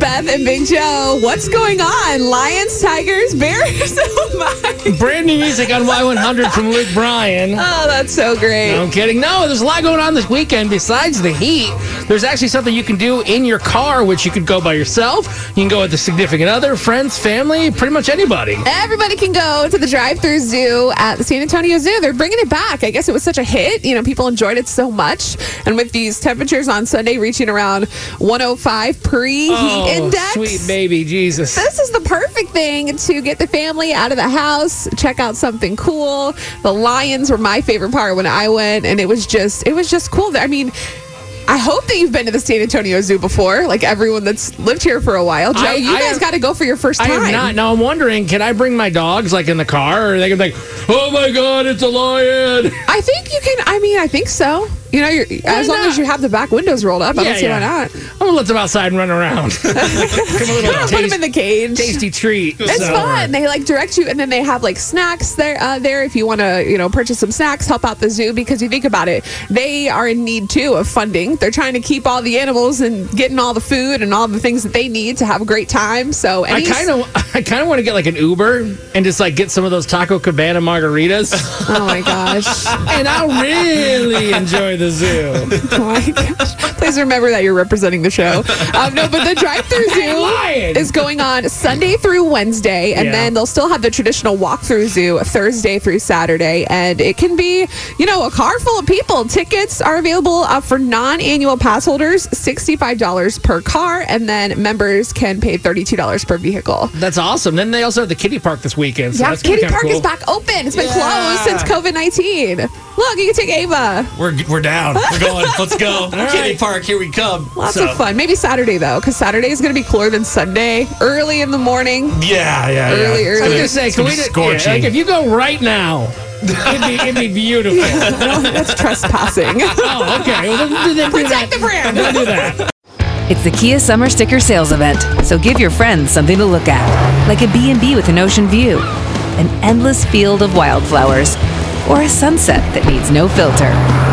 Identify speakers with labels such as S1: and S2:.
S1: Beth and Big Joe, what's going on? Lions, tigers, bears? Oh my!
S2: Brand new music on Y100 from Luke Bryan.
S1: Oh, that's so great.
S2: No kidding. No, there's a lot going on this weekend besides the heat. There's actually something you can do in your car, which you could go by yourself. You can go with a significant other, friends, family, pretty much anybody.
S1: Everybody can go to the drive-through zoo at the San Antonio Zoo. They're bringing it back. I guess it was such a hit. You know, people enjoyed it so much. And with these temperatures on Sunday reaching around 105 pre-heat
S2: Oh,
S1: index,
S2: sweet baby Jesus.
S1: this is the perfect thing to get the family out of the house, check out something cool. The lions were my favorite part when I went, and it was just it was just cool. I mean. I hope that you've been to the San Antonio Zoo before, like everyone that's lived here for a while. Joe,
S2: I-
S1: you
S2: I
S1: guys
S2: have-
S1: got to go for your first
S2: I
S1: time.
S2: am not. Now I'm wondering, can I bring my dogs like in the car? Or are they gonna be like, oh my god, it's a lion?
S1: I think you can. I mean, I think so. You know, you're, as long
S2: not?
S1: as you have the back windows rolled up, I
S2: Yeah,
S1: don't see
S2: yeah.
S1: why not.
S2: I'm gonna let them outside and run around. Give 'em a little
S1: I'll put them in the cage.
S2: tasty treat.
S1: It's fun. They like direct you, and then they have like snacks there. Uh, there, if you want to, you know, purchase some snacks, help out the zoo because you think about it, they are in need too of funding. They're trying to keep all the animals and getting all the food and all the things that they need to have a great time. So,
S2: I
S1: any
S2: kind of, I kind of want to get like an Uber and just like get some of those Taco Cabana margaritas,
S1: oh my gosh, oh
S2: and I'll really enjoy the zoo.
S1: my gosh! Please remember that you're representing the show. Um, no, but the drive-through zoo
S2: lion!
S1: is going on Sunday through Wednesday, and
S2: Yeah.
S1: then they'll still have the traditional walk-through zoo Thursday through Saturday, and it can be, you know, a car full of people. Tickets are available uh, for non-annual pass holders, sixty-five dollars per car, and then members can pay thirty-two dollars per vehicle.
S2: That's awesome. Then they also have the kiddie park this weekend. So
S1: yeah,
S2: that's gonna be
S1: Kitty
S2: kinda
S1: Park is
S2: cool.
S1: back open. It's been
S2: Yeah.
S1: closed since COVID nineteen. Look, you can take Ava.
S3: We're, we're down. We're going. Let's go.
S2: right.
S3: Kitty Park, here we come.
S1: Lots
S3: So,
S1: of fun. Maybe Saturday though, because Saturday is going to be cooler than Sunday. Early in the morning.
S3: Yeah, yeah, yeah.
S1: Early,
S2: I was
S3: It's
S1: early.
S2: gonna
S3: gonna-
S2: say,
S3: it's
S2: can
S3: gonna
S2: we?
S3: be
S2: Just,
S3: scorching.
S2: yeah, like if you go right now, it'd be, it'd be beautiful.
S1: Well, that's trespassing.
S2: Oh, okay. Well, then, then do
S1: Protect
S2: that.
S1: the brand.
S2: Then do that.
S4: It's the Kia Summer Sticker Sales Event, so give your friends something to look at, like a B&B with an ocean view, an endless field of wildflowers, or a sunset that needs no filter.